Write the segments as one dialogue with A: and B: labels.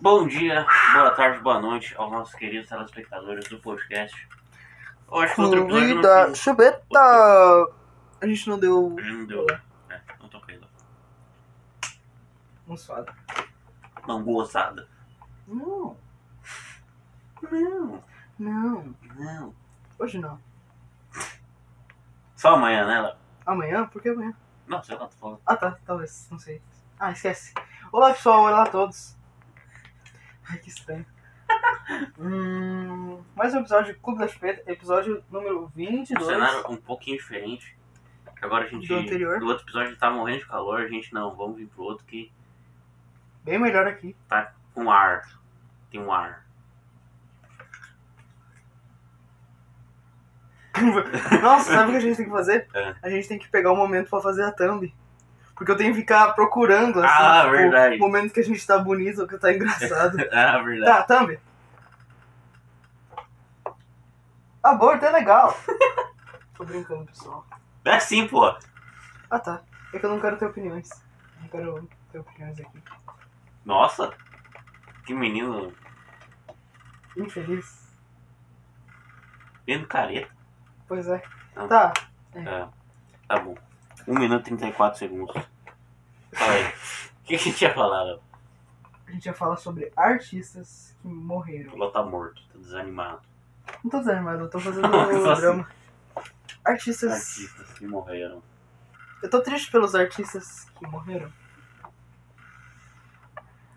A: Bom dia, boa tarde, boa noite aos nossos queridos telespectadores do podcast. Eu acho que o outro episódio não
B: Comida,
A: fiz.
B: chubeta! A gente não deu
A: Hoje não deu. É, não toquei. não.
B: um suado.
A: Não gozada.
B: Não,
A: Não,
B: não.
A: não.
B: Hoje não.
A: Só amanhã, né, Léo?
B: Amanhã? Por que amanhã?
A: Não, sei lá, tô falando.
B: Ah, tá. Talvez. Não sei. Ah, esquece. Olá, pessoal. Olá a todos. Ai, que estranho. Hum, mais um episódio de Clube da Chupeta. Episódio número
A: Um
B: 22.
A: cenário um pouquinho diferente. que Agora a gente.
B: Do anterior.
A: No outro episódio a gente tava morrendo de calor, a gente não, vamos vir pro outro que
B: Bem melhor aqui.
A: tá com ar. Tem um ar.
B: Nossa, sabe o que a gente tem que fazer?
A: É.
B: A gente tem que pegar um momento pra fazer a thumb. Porque eu tenho que ficar procurando, assim,
A: Ah,
B: tipo,
A: verdade.
B: o momento que a gente tá bonito ou que tá engraçado.
A: Ah, verdade.
B: Tá, thumb. Aborto é legal. Tô brincando, pessoal.
A: É sim, pô.
B: Ah, tá. É que eu não quero ter opiniões. Não quero ter opiniões aqui.
A: Nossa! Que menino
B: Infeliz.
A: vendo careta.
B: Pois é.
A: Ah.
B: Tá.
A: Tá bom. 1 minuto e 34 segundos. Fala aí. O que que a gente ia falar? Léo?
B: A gente ia falar sobre artistas que morreram.
A: O Léo tá morto, tá desanimado.
B: Não tô desanimado, eu tô fazendo um
A: Só assim.
B: drama. Artistas.
A: Artistas Tá que morreram.
B: Eu tô triste pelos artistas que morreram.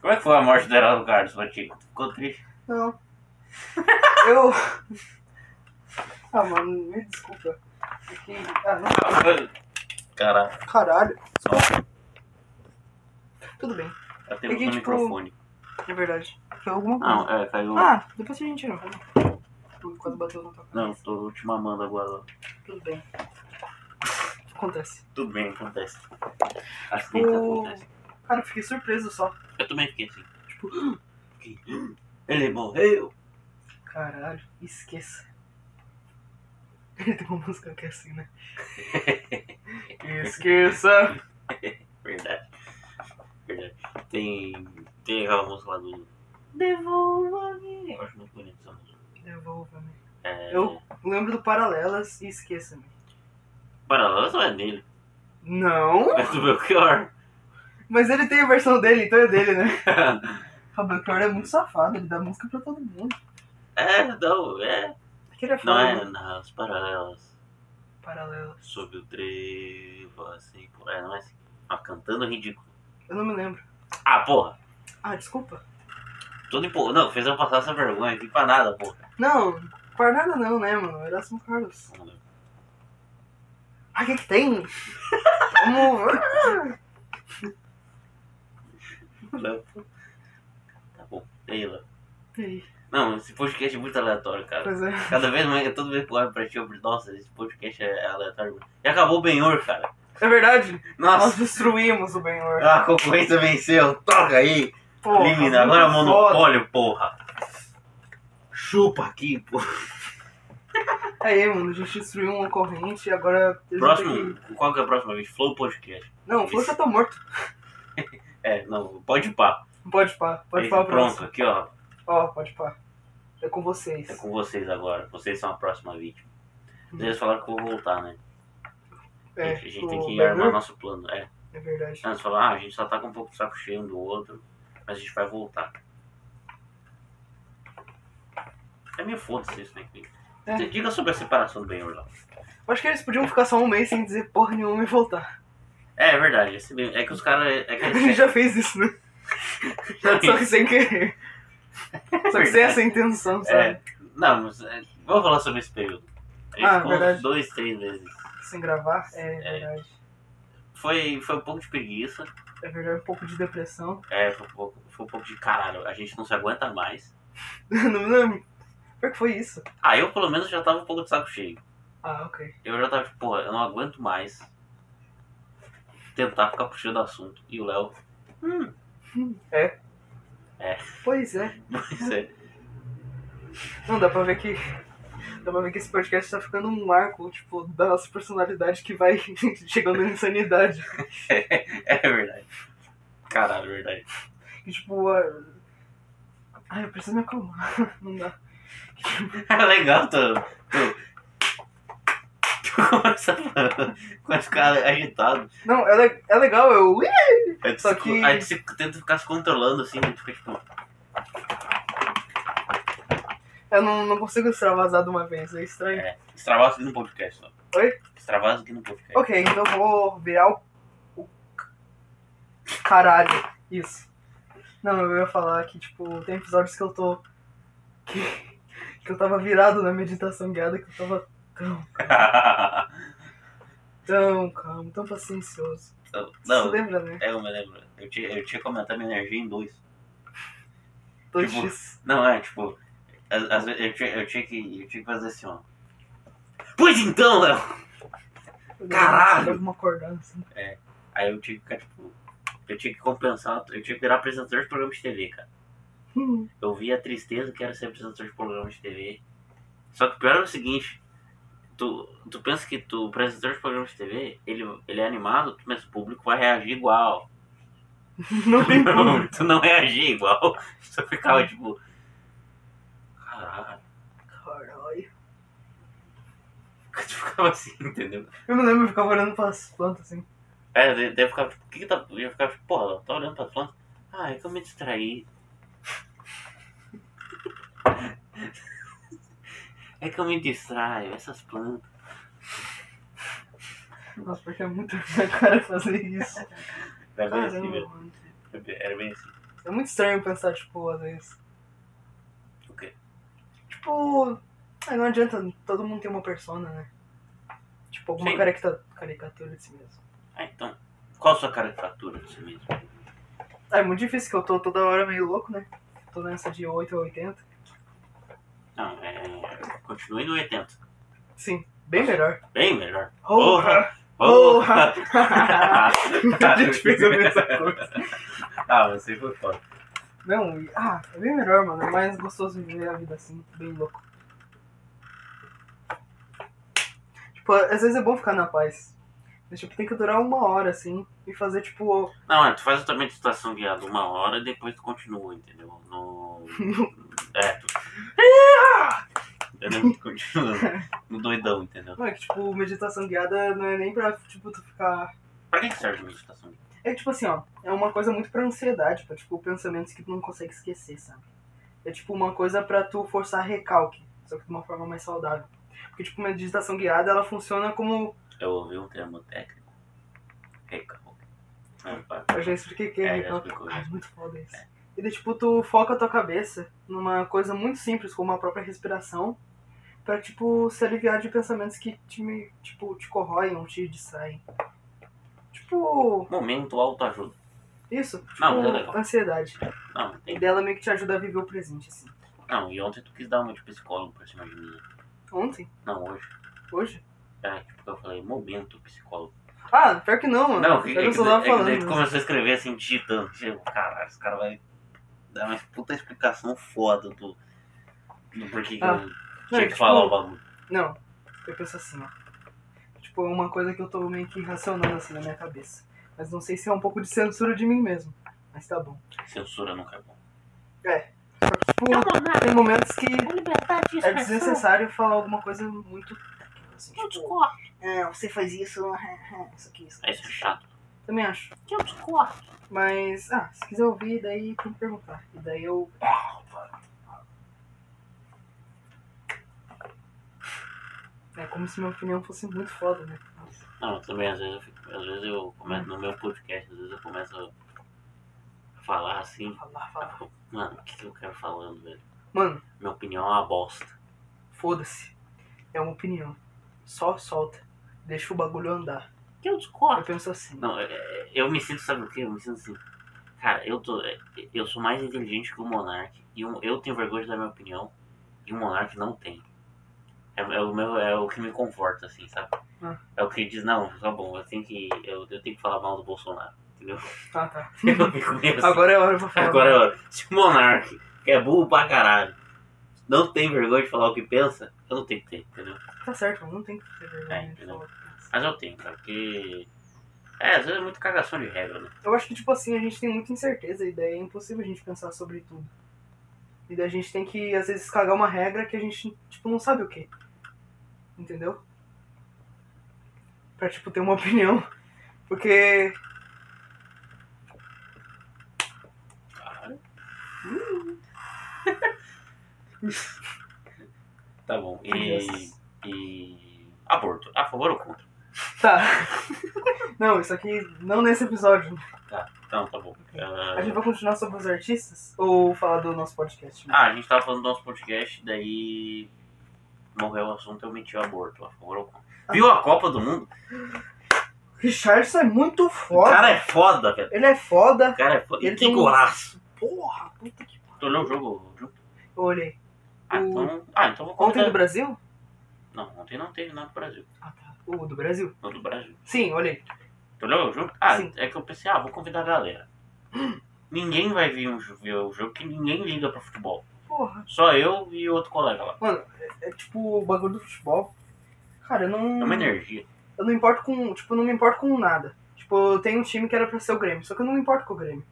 A: Como é que foi a morte do Heraldo Carlos, Patinho? Tu Ficou triste?
B: Não. eu. Ah, mano, me desculpa. É que- Ah, não.
A: Ah, foi- Caralho,
B: Caralho.
A: nossa,
B: Tudo bem,
A: tá tendo
B: Porque,
A: no
B: tipo,
A: microfone.
B: é verdade. Foi alguma coisa.
A: Não, é, faz um.
B: Ah, depois a gente tira. Quase bateu no papel.
A: Não, tô te mamando agora. Léo.
B: Tudo bem. Acontece.
A: Tudo bem, acontece. Acho que
B: O-
A: acontece.
B: Cara, eu fiquei surpreso só.
A: Eu também fiquei assim. Tipo, fiquei, ele morreu.
B: Caralho, esqueça. Ele tem uma música que é assim, né? esqueça!
A: Verdade. Verdade. Tem. Tem aquela música lá do.
B: Devolva-me!
A: Eu acho muito bonita essa música.
B: Devolva-me.
A: É.
B: Eu lembro do Paralelas e né? Esqueça-me.
A: Paralelas não é dele.
B: Não!
A: É do Belchior.
B: Mas ele tem a versão dele, então é dele, né? O Belchior é muito safado, ele dá música pra todo mundo.
A: é, não, é.
B: Aquele é
A: Não
B: foda,
A: é
B: né?
A: nas paralelas.
B: Paralelas.
A: Sob o trevo, assim. pô. É, não é assim. Ah, cantando é ridículo.
B: Eu não me lembro.
A: Ah, porra.
B: Ah, desculpa.
A: Todo empolgado. Não, fez eu passar essa vergonha aqui pra nada, porra.
B: Não, para nada não, né, mano? Era São Carlos. Ah, o que que tem? Vamos...
A: Não. Tá bom. E aí, Léo?
B: Ih,
A: Não, esse podcast é muito aleatório, cara.
B: Pois é.
A: Cada vez mais, toda vez que eu olho pra ti, eu falo, nossa, esse podcast é aleatório. E acabou o Benhor, cara.
B: É verdade, nós
A: Nossa,
B: destruímos o Benhor.
A: a concorrência venceu. Toca aí.
B: Porra,
A: Limina, agora é
B: muito
A: monopólio, porra. Chupa aqui, porra.
B: foda. Aí, É, mano, a gente destruiu uma corrente e agora... eles vão ter
A: Próximo,
B: que-
A: qual que é a próxima vez? Flow Podcast.
B: Não, falou que eu tô morto.
A: É, não, pode pá.
B: Pode pá, pode
A: Aí,
B: pá,
A: Pronto,
B: próximo.
A: aqui, ó.
B: Ó, pode pá. É com vocês.
A: É com vocês agora. Vocês são a próxima vítima. Eles falaram que eu vou voltar, né?
B: É,
A: a gente
B: o
A: tem que
B: Ben-Hur?
A: armar nosso plano. É.
B: É verdade.
A: Eles falaram, ah, a gente só tá com um pouco de saco cheio um do outro, mas a gente vai voltar. É meio foda-se isso, né? Cris?
B: É.
A: D- Diga sobre a separação do Benhor lá.
B: Eu acho que eles podiam ficar só um mês sem dizer porra nenhuma e voltar.
A: É, é verdade. esse Ben- é que os caras. É que
B: A gente
A: eles-
B: já fez isso, né? Só que sem querer. Só que sem essa intenção, sabe?
A: É. Não, mas é, vamos falar sobre esse período. A gente
B: Ah,
A: ficou
B: verdade.
A: uns dois, três meses.
B: Sem gravar. É,
A: É.
B: verdade.
A: Foi, foi um pouco de preguiça,
B: É verdade, um pouco de depressão.
A: é, foi, um pouco, foi um pouco de caralho, a gente não se aguenta mais.
B: não me lembro. Por que foi isso?
A: Ah, eu pelo menos já tava um pouco de saco cheio.
B: Ah, ok.
A: Eu já tava tipo, porra, eu não aguento mais tentar ficar puxando assunto. E o Léo, hum,
B: É.
A: É.
B: Pois é.
A: pois é.
B: Não, dá pra ver que. Dá pra ver que esse podcast tá ficando um marco, tipo, da nossa personalidade que vai chegando à insanidade.
A: É verdade. Caralho, é verdade.
B: E, tipo, a- Ai, eu preciso me acalmar. Não dá.
A: É legal, tu. Tu, tu começa a começa a ficar agitado.
B: Não, é, le- é legal, eu. Ui!
A: Aí tu,
B: Só
A: se-
B: que-
A: aí tu se- tenta ficar se controlando assim, tu fica tipo.
B: Eu não, não consigo extravasar de uma vez, é estranho.
A: É, extravasa aqui no podcast só.
B: Oi?
A: Extravasa aqui no podcast.
B: Ok, então eu vou virar o. o c- Caralho, isso. Não, eu ia falar que, tipo, tem episódios que eu tô. Que, que eu tava virado na meditação guiada, que eu tava tão, tão calmo, tão paciencioso.
A: Então,
B: Você
A: não,
B: lembra, né?
A: é, eu me lembro. Eu tinha, eu tinha que aumentar minha energia em dois.
B: 2x.
A: Não, é, tipo, às, às vezes eu tinha, eu, tinha que, eu tinha que fazer assim, ó. Pois então, Léo! caralho!
B: Alguma acordando assim.
A: Aí eu tinha que ficar, tipo, eu tinha que compensar, eu tinha que virar apresentador de programa de TV, cara.
B: Hum,
A: Eu via a tristeza que era ser apresentador de programa de TV. Só que o pior é o seguinte, tu, tu pensa que tu, o apresentador de programa de TV, ele, ele é animado, tu pensa, o público vai reagir igual.
B: Não tem como.
A: Não, tu não reagia igual. Só ficava, tipo, caralho.
B: Caralho.
A: Tu ficava assim, entendeu?
B: Eu me lembro, eu ficava olhando pras plantas assim.
A: É, daí daí eu ficava tipo, o que que tá. Eu ficava tipo, porra, ela tá olhando pra planta. Ah, é que eu me distraí. É que eu me distraio, essas plantas.
B: Nossa, porque é muito minha cara fazer isso.
A: Era bem assim
B: Caramba,
A: mesmo.
B: mano.
A: Era bem assim.
B: É muito estranho pensar, tipo, às vezes.
A: O quê?
B: Tipo. ah, Não adianta, todo mundo tem uma persona, né? Tipo, alguma
A: Sim.
B: caricatura, caricatura de si mesmo.
A: Ah, então. Qual a sua caricatura de si mesmo?
B: Ah, é muito difícil que eu tô toda hora meio louco, né? Tô nessa de 8 a 80.
A: Não, é. Continue no 80.
B: Sim, bem melhor.
A: Bem melhor.
B: Porra!
A: Porra!
B: A gente fez a mesma coisa.
A: ah, você foi foda.
B: Não, e- ah, é bem melhor, mano. É mais gostoso viver a vida assim, bem louco. Tipo, às vezes é bom ficar na paz. Mas, tipo, tem que durar uma hora, assim, e fazer, tipo,
A: Não, é, tu faz a tua meditação guiada uma hora e depois tu continua, entendeu? No. É, tu. Entendeu? Tu continua. No doidão, entendeu?
B: Não, é que, tipo, meditação guiada não é nem pra, tipo, tu ficar...
A: Pra que que serve a meditação guiada?
B: É que, tipo assim, ó, é uma coisa muito pra ansiedade, pra, tipo, pensamentos que tu não consegue esquecer, sabe? É, tipo, uma coisa pra tu forçar recalque, só que de uma forma mais saudável. Porque, tipo, meditação guiada, ela funciona como...
A: Eu ouvi um termo técnico. Recalque. Não, para.
B: Eu já expliquei que é,
A: É, já
B: recalque.
A: explicou, É. já
B: Ai, muito foda isso. E, daí, tipo, tu foca a tua cabeça numa coisa muito simples, como a própria respiração, pra, tipo, se aliviar de pensamentos que te, tipo, te corroem ou te distraem. Tipo...
A: Momento autoajuda.
B: Isso,
A: Não, mas é
B: tipo,
A: legal.
B: ansiedade.
A: Não,
B: E
A: tem.
B: dela meio que te ajuda a viver o presente, assim.
A: Não, e ontem tu quis dar uma de psicólogo pra cima de mim.
B: Ontem?
A: Não, hoje.
B: Hoje?
A: É, tipo, eu falei, momento psicólogo.
B: Ah, pior que não, mano.
A: Não, é que,
B: eu
A: é
B: não
A: que,
B: sou lá
A: daí- é que
B: falando.
A: daí tu
B: mas-
A: começou a escrever assim, digitando. Tipo, caralho, esse cara vai dar uma puta explicação foda do, do porquê que
B: Ah.
A: eu
B: Não,
A: tinha
B: é
A: que
B: que,
A: falar o
B: tipo,
A: bagulho.
B: Não, eu penso assim, ó. Tipo, é uma coisa que eu tô meio que racionando assim na minha cabeça. Mas não sei se é um pouco de censura de mim mesmo. Mas tá bom.
A: Censura nunca é bom.
B: Só que, tipo, tem momentos que
C: É liberdade de
B: é
C: expressão.
B: desnecessário falar alguma coisa muito. técnica, Assim,
C: Eu
B: tipo,
C: discordo,
B: é, você faz isso, é, é, isso aqui, isso
A: É, Isso é chato.
B: Também acho.
C: eu discordo.
B: Mas, ah, se quiser ouvir, daí tem que perguntar. E daí eu. É como se minha opinião fosse muito foda, né? Nossa.
A: Não, eu também às vezes eu, fico- às vezes eu começo no meu podcast, às vezes eu começo a falar assim.
B: Falar,
A: aí eu
B: falar.
A: fico, Mano, o que, que eu quero falando, velho?
B: Mano,
A: Minha opinião é uma bosta.
B: foda-se. É uma opinião. Só solta. Deixa o bagulho andar.
C: Eu
B: Eu
C: discordo.
B: penso assim.
A: Não, é- é- eu me sinto, sabe o que? Eu me sinto assim. Cara, eu tô. é- Eu sou mais inteligente que o Monark. E eu, eu tenho vergonha de dar minha opinião. E o Monark não tem. É, é o meu, é o que me conforta, assim, sabe?
B: Ah.
A: É o que diz, não, tá bom, eu tenho que. Eu, eu tenho que falar mal do Bolsonaro. Entendeu?
B: Tá, tá.
A: Eu fico meio assim.
B: Agora é hora pra falar.
A: Agora, olha, se o Monark, que é burro pra caralho, não tem vergonha de falar o que pensa, eu não tenho que ter, entendeu?
B: Tá certo, mano. Não tem que ter vergonha de
A: É, entendeu?
B: falar o que pensa.
A: Mas eu tenho, cara, porque. É, às vezes é muito cagação de regra, né?
B: Eu acho que, tipo assim, a gente tem muita incerteza e daí é impossível a gente pensar sobre tudo. E daí a gente tem que, às vezes, cagar uma regra que a gente, tipo, não sabe o que. Entendeu? Pra, tipo, ter uma opinião. Porque.
A: Tá bom. E,
B: Crianças.
A: e. Aborto. A favor ou contra?
B: Tá. não, isso aqui não nesse episódio.
A: Então, tá bom. Ah,
B: A gente vai continuar sobre os artistas? Ou falar do nosso podcast?
A: Ah, a gente tava falando do nosso podcast, daí. Morreu o assunto, eu meti o aborto. A favor ou contra?
B: Ah.
A: Viu a Copa do Mundo?
B: Richardson é muito
A: O
B: foda.
A: cara é foda, velho.
B: Ele é foda.
A: O cara é foda. E
B: Ele
A: que
B: tem um-
A: golaço.
B: Porra, puta que.
A: Tu olhou o jogo junto?
B: Eu olhei.
A: Ah,
B: O-
A: então. Ah, então vou
B: Ontem
A: contar.
B: do Brasil?
A: Não, ontem não teve nada do Brasil.
B: Ah, tá. O do Brasil?
A: Não do Brasil.
B: Sim, olhei.
A: Tu olhou o jogo? Ah,
B: Sim.
A: é que eu pensei, ah, vou convidar a galera. Ninguém vai vir um jo- ver o jogo que ninguém liga pro futebol.
B: Porra.
A: Só eu e outro colega lá.
B: É tipo o bagulho do futebol. Cara, eu não.
A: É uma energia.
B: Eu não importo com. Tipo, eu não me importo com nada. Tipo, eu tenho um time que era pra ser o Grêmio, só que eu não me importo com o Grêmio.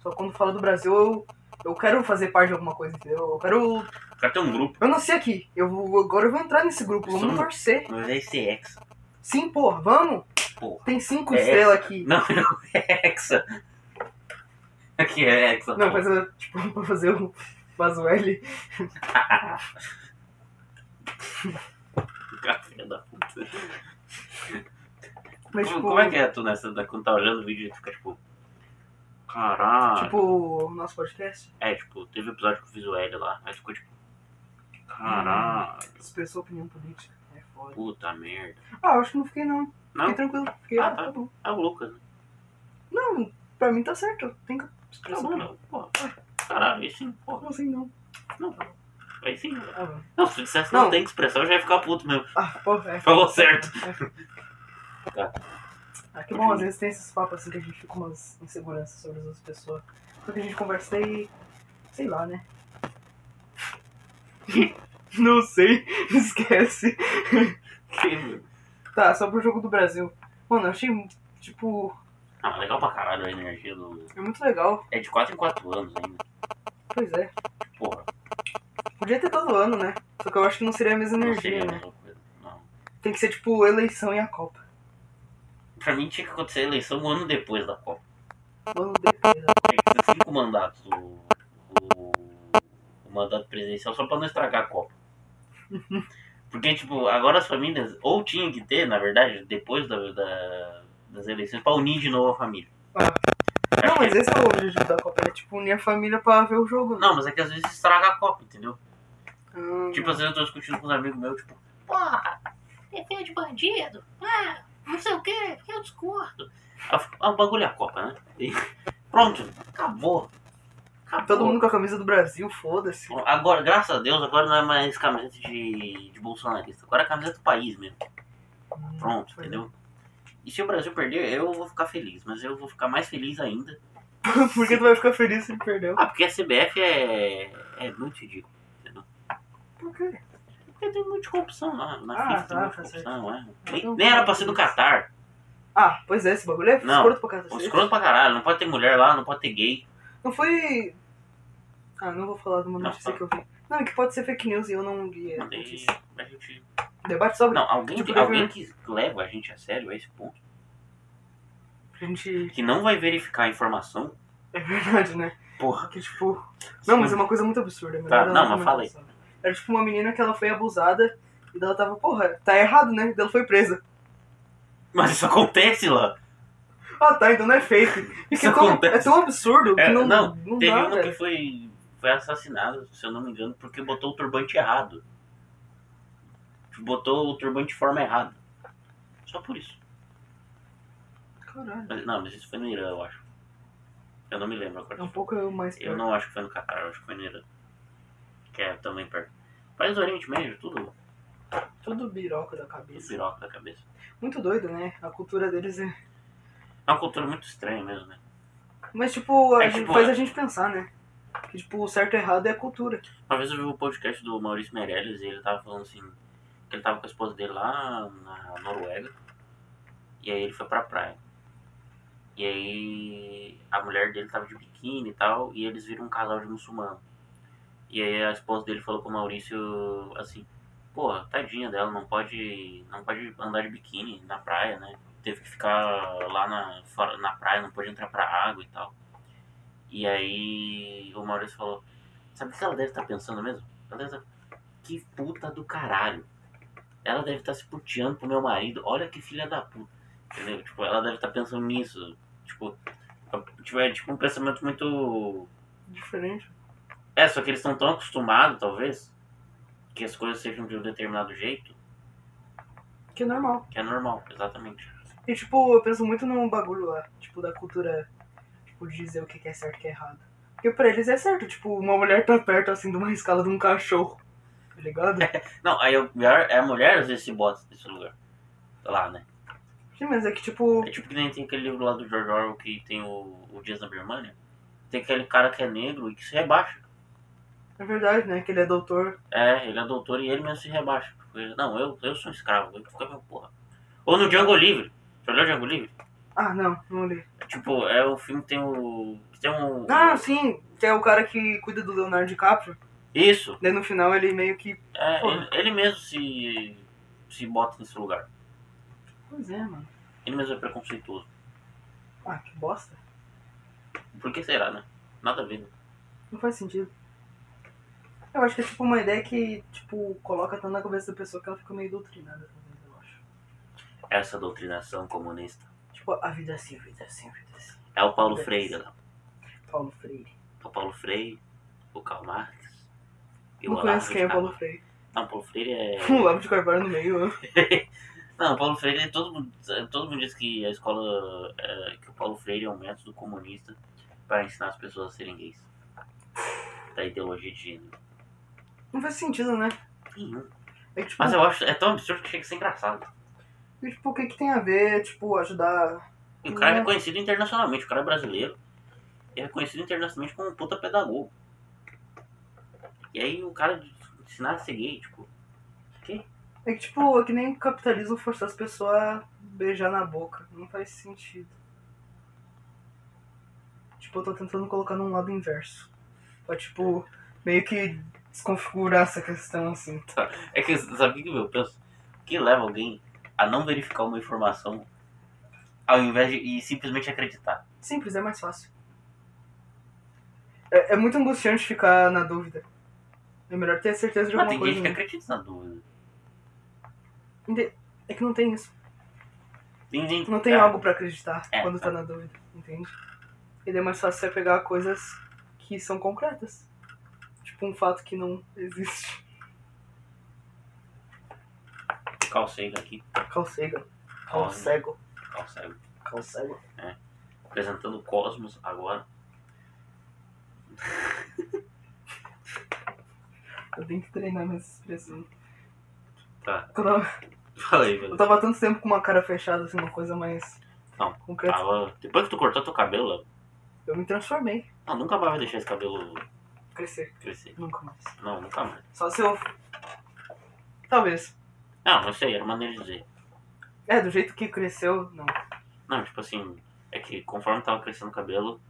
B: Só quando fala do Brasil, eu, eu quero fazer parte de alguma coisa, entendeu? Eu quero.
A: O cara tem um grupo.
B: Eu nasci aqui. Eu vou, agora eu vou entrar nesse grupo, vamos
A: Sim.
B: torcer.
A: Mas é esse ex.
B: Sim, porra, vamos!
A: Porra.
B: Tem cinco
A: É
B: estrelas aqui.
A: Não, não é hexa. Aqui é hexa.
B: Não,
A: pô.
B: mas eu, tipo, pra fazer o Bazueli.
A: Café da puta.
B: Mas
A: Como-
B: tipo.
A: Como é que é tu nessa? da- Quando tá olhando o vídeo e fica tipo. Caralho.
B: Tipo, o nosso podcast
A: É, tipo, teve um episódio que eu fiz o L lá, mas ficou tipo.
B: Uhum.
A: Caralho,
B: expressou opinião política. É foda.
A: puta merda.
B: Ah, eu acho que não fiquei não.
A: Não?
B: Fiquei tranquilo. Fiquei,
A: Ah,
B: ah, tá.
A: tá.
B: bom.
A: É o Lucas, né?
B: Não, pra mim tá certo. Eu tenho que
A: Tá
B: expressar
A: bom,
B: opinião.
A: não. Porra, caralho, aí sim, porra.
B: Não sei assim, não.
A: Não, tá bom. Aí sim. né?
B: Ah, mano.
A: Não, se tu dissesse não,
B: Não.
A: tem que expressar, eu já ia ficar puto mesmo.
B: Ah, porra, é.
A: Falou certo. Tá.
B: Ah, que bom, às vezes tem esses papos assim que a gente fica com umas inseguranças sobre as outras pessoas. Só que a gente conversa e. sei lá, né? Não sei, esquece. Tá, só pro jogo do Brasil. Mano, eu achei, tipo,
A: Ah, mas legal pra caralho a energia do.
B: é muito legal.
A: É de 4 em 4 anos ainda.
B: Pois é.
A: Porra,
B: Podia ter todo ano, né? Só que eu acho que não seria a mesma
A: não
B: energia,
A: seria a
B: né?
A: mesma coisa. Não.
B: Tem que ser, tipo, eleição e a Copa.
A: Pra mim tinha que acontecer a eleição um ano depois da Copa.
B: Mano, depois. né?
A: Tinha que ter cinco mandatos. O, o, o mandato presidencial só pra não estragar a Copa. Porque, tipo, agora as famílias. Ou tinha que ter, na verdade, depois da, da- das eleições, pra unir de novo a família.
B: Ah. Não, mas esse é o objetivo da Copa. É, tipo, unir a família pra ver o jogo. né?
A: Não, mas é que às vezes estraga a Copa, entendeu?
B: Hum,
A: Tipo, às vezes eu tô discutindo com uns amigos meus, tipo, porra, defende de bandido, ah, não sei o que, eu discordo. Ah, o bagulho é a Copa, né? E pronto, acabou. acabou.
B: Todo mundo com a camisa do Brasil, foda-se.
A: Agora, graças a Deus, agora não é mais camiseta de, de bolsonarista, agora é camiseta do país mesmo.
B: Hum,
A: Pronto,
B: foi.
A: entendeu? E se o Brasil perder, eu vou ficar feliz, mas eu vou ficar mais feliz ainda.
B: Por que tu vai ficar feliz se ele perdeu?
A: Ah, porque a CBF é, é muito ridículo, entendeu?
B: Por quê?
A: Porque tem muita corrupção lá, na
B: Ah,
A: FIFA tem
B: tá,
A: muita
B: tá certo.
A: corrupção, é. Nem,
B: Então,
A: nem era pra ser do Catar.
B: Ah, pois é, esse bagulho é
A: Não.
B: escroto pra
A: Pô,
B: cacete.
A: escroto pra caralho, não pode ter mulher lá, não pode ter gay.
B: Não foi... Ah, não vou falar de uma
A: Não,
B: notícia
A: fala.
B: que eu vi. Não, é que pode ser fake news e eu não li a
A: Mas aí
B: notícia.
A: a gente-
B: Debate sobre...
A: Não, alguém,
B: Tipo,
A: que- alguém que leva a gente a sério a esse ponto,
B: A gente...
A: que não vai verificar a informação,
B: É verdade, né?
A: porra.
B: Que tipo... Não, mas é uma coisa muito absurda. é melhor
A: Tá, não,
B: eu
A: mas
B: comentar
A: fala aí.
B: sobre. Era tipo uma menina que ela foi abusada e daí ela tava, porra, tá errado, né? Daí ela foi presa.
A: Mas isso acontece lá.
B: Ah, tá, então não é fake.
A: Isso
B: Porque como-
A: acontece.
B: É tão absurdo que
A: É,
B: não,
A: não,
B: não
A: Teve
B: dá,
A: uma que
B: velho.
A: foi, foi assassinada, se eu não me engano, porque botou o turbante errado. Botou o turbante de forma errada. Só por isso.
B: Caralho.
A: Mas- não, mas isso foi no Irã, eu acho. Eu não me lembro agora.
B: É um pouco mais...
A: Eu não acho que foi no Catar, eu acho que foi no Irã. Que é também perto. Mas o Oriente Médio, tudo,
B: Tudo biroca da
A: tudo
B: cabeça.
A: piroca da cabeça.
B: Muito doido, né? A cultura deles é.
A: É uma cultura muito estranha mesmo, né?
B: Mas, tipo, a
A: É,
B: gente-
A: tipo,
B: faz
A: é.
B: a gente pensar, né? Que, tipo, o certo e o errado é a cultura.
A: Uma vez eu vi um podcast do Maurício Meirelles e ele tava falando assim, que ele tava com a esposa dele lá na Noruega. E aí ele foi pra praia. E aí a mulher dele tava de biquíni e tal, e eles viram um casal de muçulmano. E aí a esposa dele falou pro Maurício assim, porra, tadinha dela, não pode. não pode andar de biquíni na praia, né? Teve que ficar lá na, fora- na praia, não pôde entrar pra água e tal. E aí o Maurício falou, sabe o que ela deve estar pensando mesmo? Ela deve estar. Que puta do caralho! Ela deve estar se puteando pro meu marido, olha que filha da puta. Entendeu? Tipo, ela deve estar pensando nisso. Tipo, tipo, é tipo um pensamento muito
B: Diferente.
A: é, só que eles estão tão acostumados, talvez, que as coisas sejam de um determinado jeito,
B: Que é normal.
A: que é normal, exatamente.
B: E tipo, eu penso muito num bagulho lá, tipo, da cultura, tipo, de dizer o que que é certo e o que é errado. Porque pra eles é certo, tipo, uma mulher tá perto assim de uma escala de um cachorro. Tá ligado?
A: Não, aí o pior é a mulher às vezes se bota nesse lugar. Lá, né?
B: Sim, mas é que tipo.
A: É tipo que nem tem aquele livro lá do George Orwell que tem o, o Dias na Birmania. Tem aquele cara que é negro e que se rebaixa.
B: É verdade, né? Que ele é doutor.
A: É, ele é doutor e ele mesmo se rebaixa. Tipo, ele, não, eu, eu sou um escravo, eu fico meu porra. Ou no Django Livre. Já olhou Django Livre?
B: Ah, não, não li.
A: É Tipo, é o filme que tem o. que Tem um.
B: Ah, sim, que é o cara que cuida do Leonardo DiCaprio.
A: Isso!
B: Daí no final ele meio que.
A: É,
B: Porra.
A: ele, ele mesmo se, se bota nesse lugar.
B: Pois é, mano.
A: Ele mesmo é preconceituoso.
B: Ah, que bosta.
A: Por que será, né? Nada a ver. né?
B: Não faz sentido. Eu acho que é tipo uma ideia que, tipo, coloca tanto na cabeça da pessoa que ela fica meio doutrinada, talvez, eu acho.
A: Essa doutrinação comunista.
B: Tipo, a vida é assim, a vida é assim, a vida é assim.
A: É o Paulo
B: Yes.
A: Freire. né?
B: Paulo Freire.
A: É O Paulo Freire, o Karl Marx. E o
B: não
A: Olavo
B: conheço
A: de
B: quem é
A: Carvalho.
B: Paulo Freire.
A: Não, Paulo Freire é.
B: Um Olavo de Carvalho no meio. né?
A: Não, Paulo Freire, todo mundo, todo mundo diz que a escola. é, que o Paulo Freire é um método comunista para ensinar as pessoas a serem gays. Da ideologia de gênero.
B: Não faz sentido, né?
A: Nenhum.
B: É que, tipo,
A: Mas eu acho. É tão absurdo que chega a ser engraçado.
B: e, tipo, o que, que tem a ver, tipo, ajudar.
A: E o cara é
B: Né?
A: reconhecido internacionalmente, o cara é brasileiro. E é reconhecido internacionalmente como um puta pedagogo. E aí o cara de- ensinar a ser gay, tipo.
B: É que, tipo, é que nem o capitalismo forçar as pessoas a beijar na boca. Não faz sentido. Tipo, eu tô tentando colocar num lado inverso. Pra, tipo, meio que desconfigurar essa questão, assim.
A: É que sabe o que eu penso? O que leva alguém a não verificar uma informação ao invés de e simplesmente acreditar?
B: Simples, é mais fácil. É, é muito angustiante ficar na dúvida. É melhor ter a certeza de
A: Mas
B: alguma
A: Ah, tem
B: coisa.
A: gente que
B: né?
A: acredita na dúvida.
B: Ente- É que não tem isso.
A: Tem gente,
B: Não tem
A: é,
B: algo pra acreditar
A: É,
B: quando tá na dúvida, entende? E daí é mais fácil você pegar coisas que são concretas. Tipo um fato que não existe.
A: Calcego aqui.
B: Calcega.
A: Calcego.
B: Calcego.
A: Calcego.
B: Calcego.
A: Apresentando o Cosmos agora.
B: Eu tenho que treinar minhas expressões.
A: Tá.
B: Quando eu-
A: Fala aí, velho.
B: eu tava há tanto tempo com uma cara fechada, assim, uma coisa mais
A: Não, Ah.
B: concreta.
A: Tava... Depois que tu cortou teu cabelo,
B: Eu me transformei.
A: não, nunca mais vai deixar esse cabelo
B: Crescer.
A: crescer.
B: Nunca mais.
A: Não, nunca mais.
B: Só se eu. Talvez.
A: Não, não sei, era maneira de dizer.
B: É, do jeito que cresceu, não.
A: Não, tipo assim, é que conforme tava crescendo o cabelo,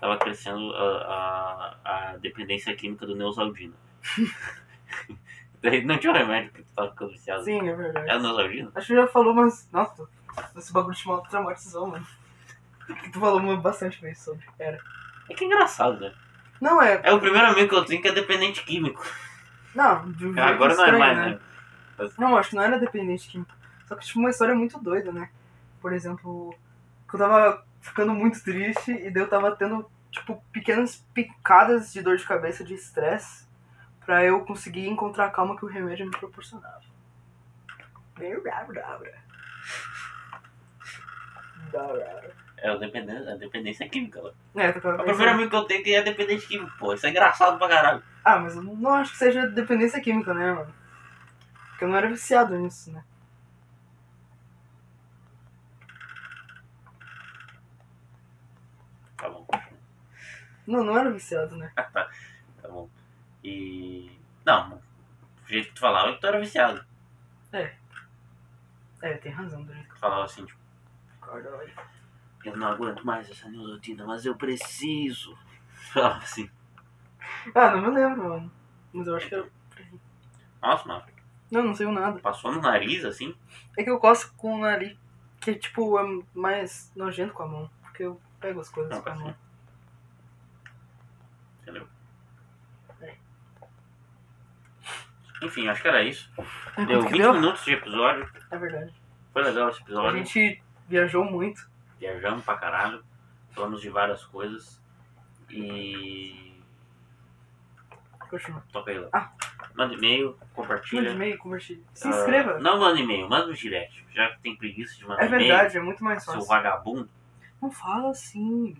A: tava crescendo a, a, a dependência química do Neosaldina. Daí não tinha remédio que tu tava ficando viciado.
B: Sim, é verdade.
A: Era Neosaldina?
B: Acho que já falou, mas. Nossa, esse bagulho te mal- traumatizou, mano. Que tu falou muito- bastante vezes sobre. Era.
A: É que é engraçado, né?
B: Não, é.
A: É o primeiro amigo que eu tenho que é dependente químico.
B: Não, de um jeito
A: Agora não é
B: estranho,
A: mais, né?
B: Não, acho que não era dependente químico. Só que, tipo, uma história muito doida, né? Por exemplo, que eu tava ficando muito triste e daí eu tava tendo, tipo, pequenas picadas de dor de cabeça, de estresse, pra eu conseguir encontrar a calma que o remédio me proporcionava. Meio brabra.
A: É o dependência, a dependência química. Lá.
B: É, eu tava
A: É o primeiro
B: pensando-
A: amigo que eu tenho que é dependente químico, pô. Isso é engraçado pra caralho.
B: Ah, mas eu não acho que seja dependência química, né, mano? Porque eu não era viciado nisso, né?
A: Tá bom,
B: Não, não era viciado, né?
A: tá bom. E. Não, do jeito que tu falava, que tu era viciado.
B: É, tem razão, do jeito que
A: Tu falava assim, tipo.
B: eu acordo, olha.
A: Eu não aguento mais essa nilotina, mas eu preciso. Falava assim.
B: Ah, não me lembro, mano. Mas eu acho que era.
A: Nossa, mano,
B: Não, não saiu nada.
A: passou no nariz assim?
B: É que eu coço com o nariz. Que tipo, é mais nojento com a mão. Porque eu pego as coisas
A: Não,
B: com a mão.
A: assim. Entendeu? Enfim, acho que era isso.
B: Quanto
A: assim. Deu
B: que
A: 20
B: deu?
A: minutos de episódio.
B: É verdade.
A: Foi legal esse
B: A
A: episódio.
B: gente viajou muito.
A: Viajamos pra caralho. Falamos de várias coisas. E.
B: Continua.
A: Toca aí lá.
B: Ah.
A: Manda e-mail,
B: Mande
A: compartilha.
B: e-mail, conversa. Se
A: Ah,
B: inscreva.
A: não manda e-mail, manda um direct. Já que tem preguiça de mandar
B: É
A: e-mail.
B: verdade, é muito mais
A: Seu
B: fácil.
A: vagabundo.
B: Não fala assim.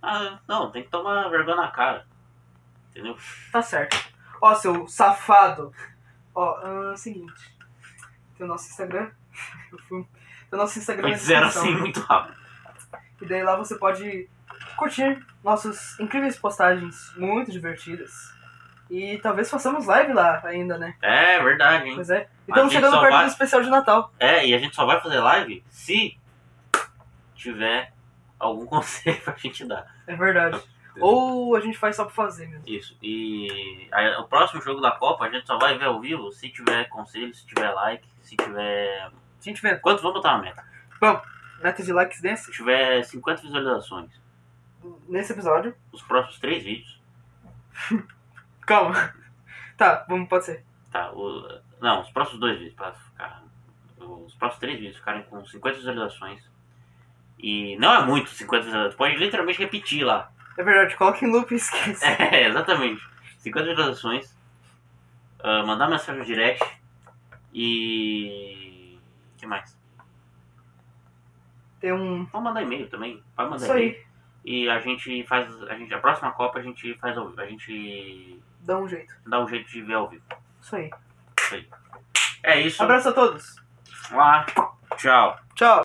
A: Ah, não, tem que tomar vergonha na cara. Entendeu?
B: Tá certo. Ó, seu safado. Ó, ah, seguinte. Tem o nosso Instagram. Eu fui- Tem o nosso Instagram
A: Foi
B: na né?
A: zero
B: descrição.
A: assim muito rápido.
B: E daí lá você pode curtir nossas incríveis postagens muito divertidas. E talvez façamos live lá ainda, né?
A: É verdade, hein?
B: Pois é. E
A: Mas a
B: estamos
A: gente
B: chegando
A: só
B: perto
A: vai-
B: do especial de Natal.
A: É, e a gente só vai fazer live se tiver algum conselho pra gente dar.
B: É verdade. Ou a gente faz só pra fazer mesmo.
A: Isso. E aí, o próximo jogo da Copa a gente só vai ver ao vivo se tiver conselho, se tiver like, se tiver.
B: Se a gente vê
A: Quanto? Vamos botar uma meta.
B: meta de likes
A: Se
B: desse,
A: tiver 50 visualizações,
B: nesse episódio.
A: os próximos três vídeos.
B: Calma. Tá, vamos, pode ser.
A: Tá, o- Não, os próximos dois vídeos, pra ficar. Os próximos três vídeos ficarem com 50 visualizações. E não é muito 50 visualizações, pode literalmente repetir lá.
B: É verdade, coloca em loop e esquece.
A: É, exatamente. 50 visualizações. ah, mandar mensagem no direct. E. O que mais?
B: Tem um.
A: Vamos mandar e-mail também. Pode mandar
B: Isso
A: e-mail.
B: aí,
A: E a gente faz. A, gente, a próxima Copa a gente faz ao vivo. A gente
B: dá um jeito.
A: dá um jeito de ver ao vivo.
B: Isso aí.
A: É isso.
B: Abraço a todos.
A: Lá. Tchau.
B: Tchau.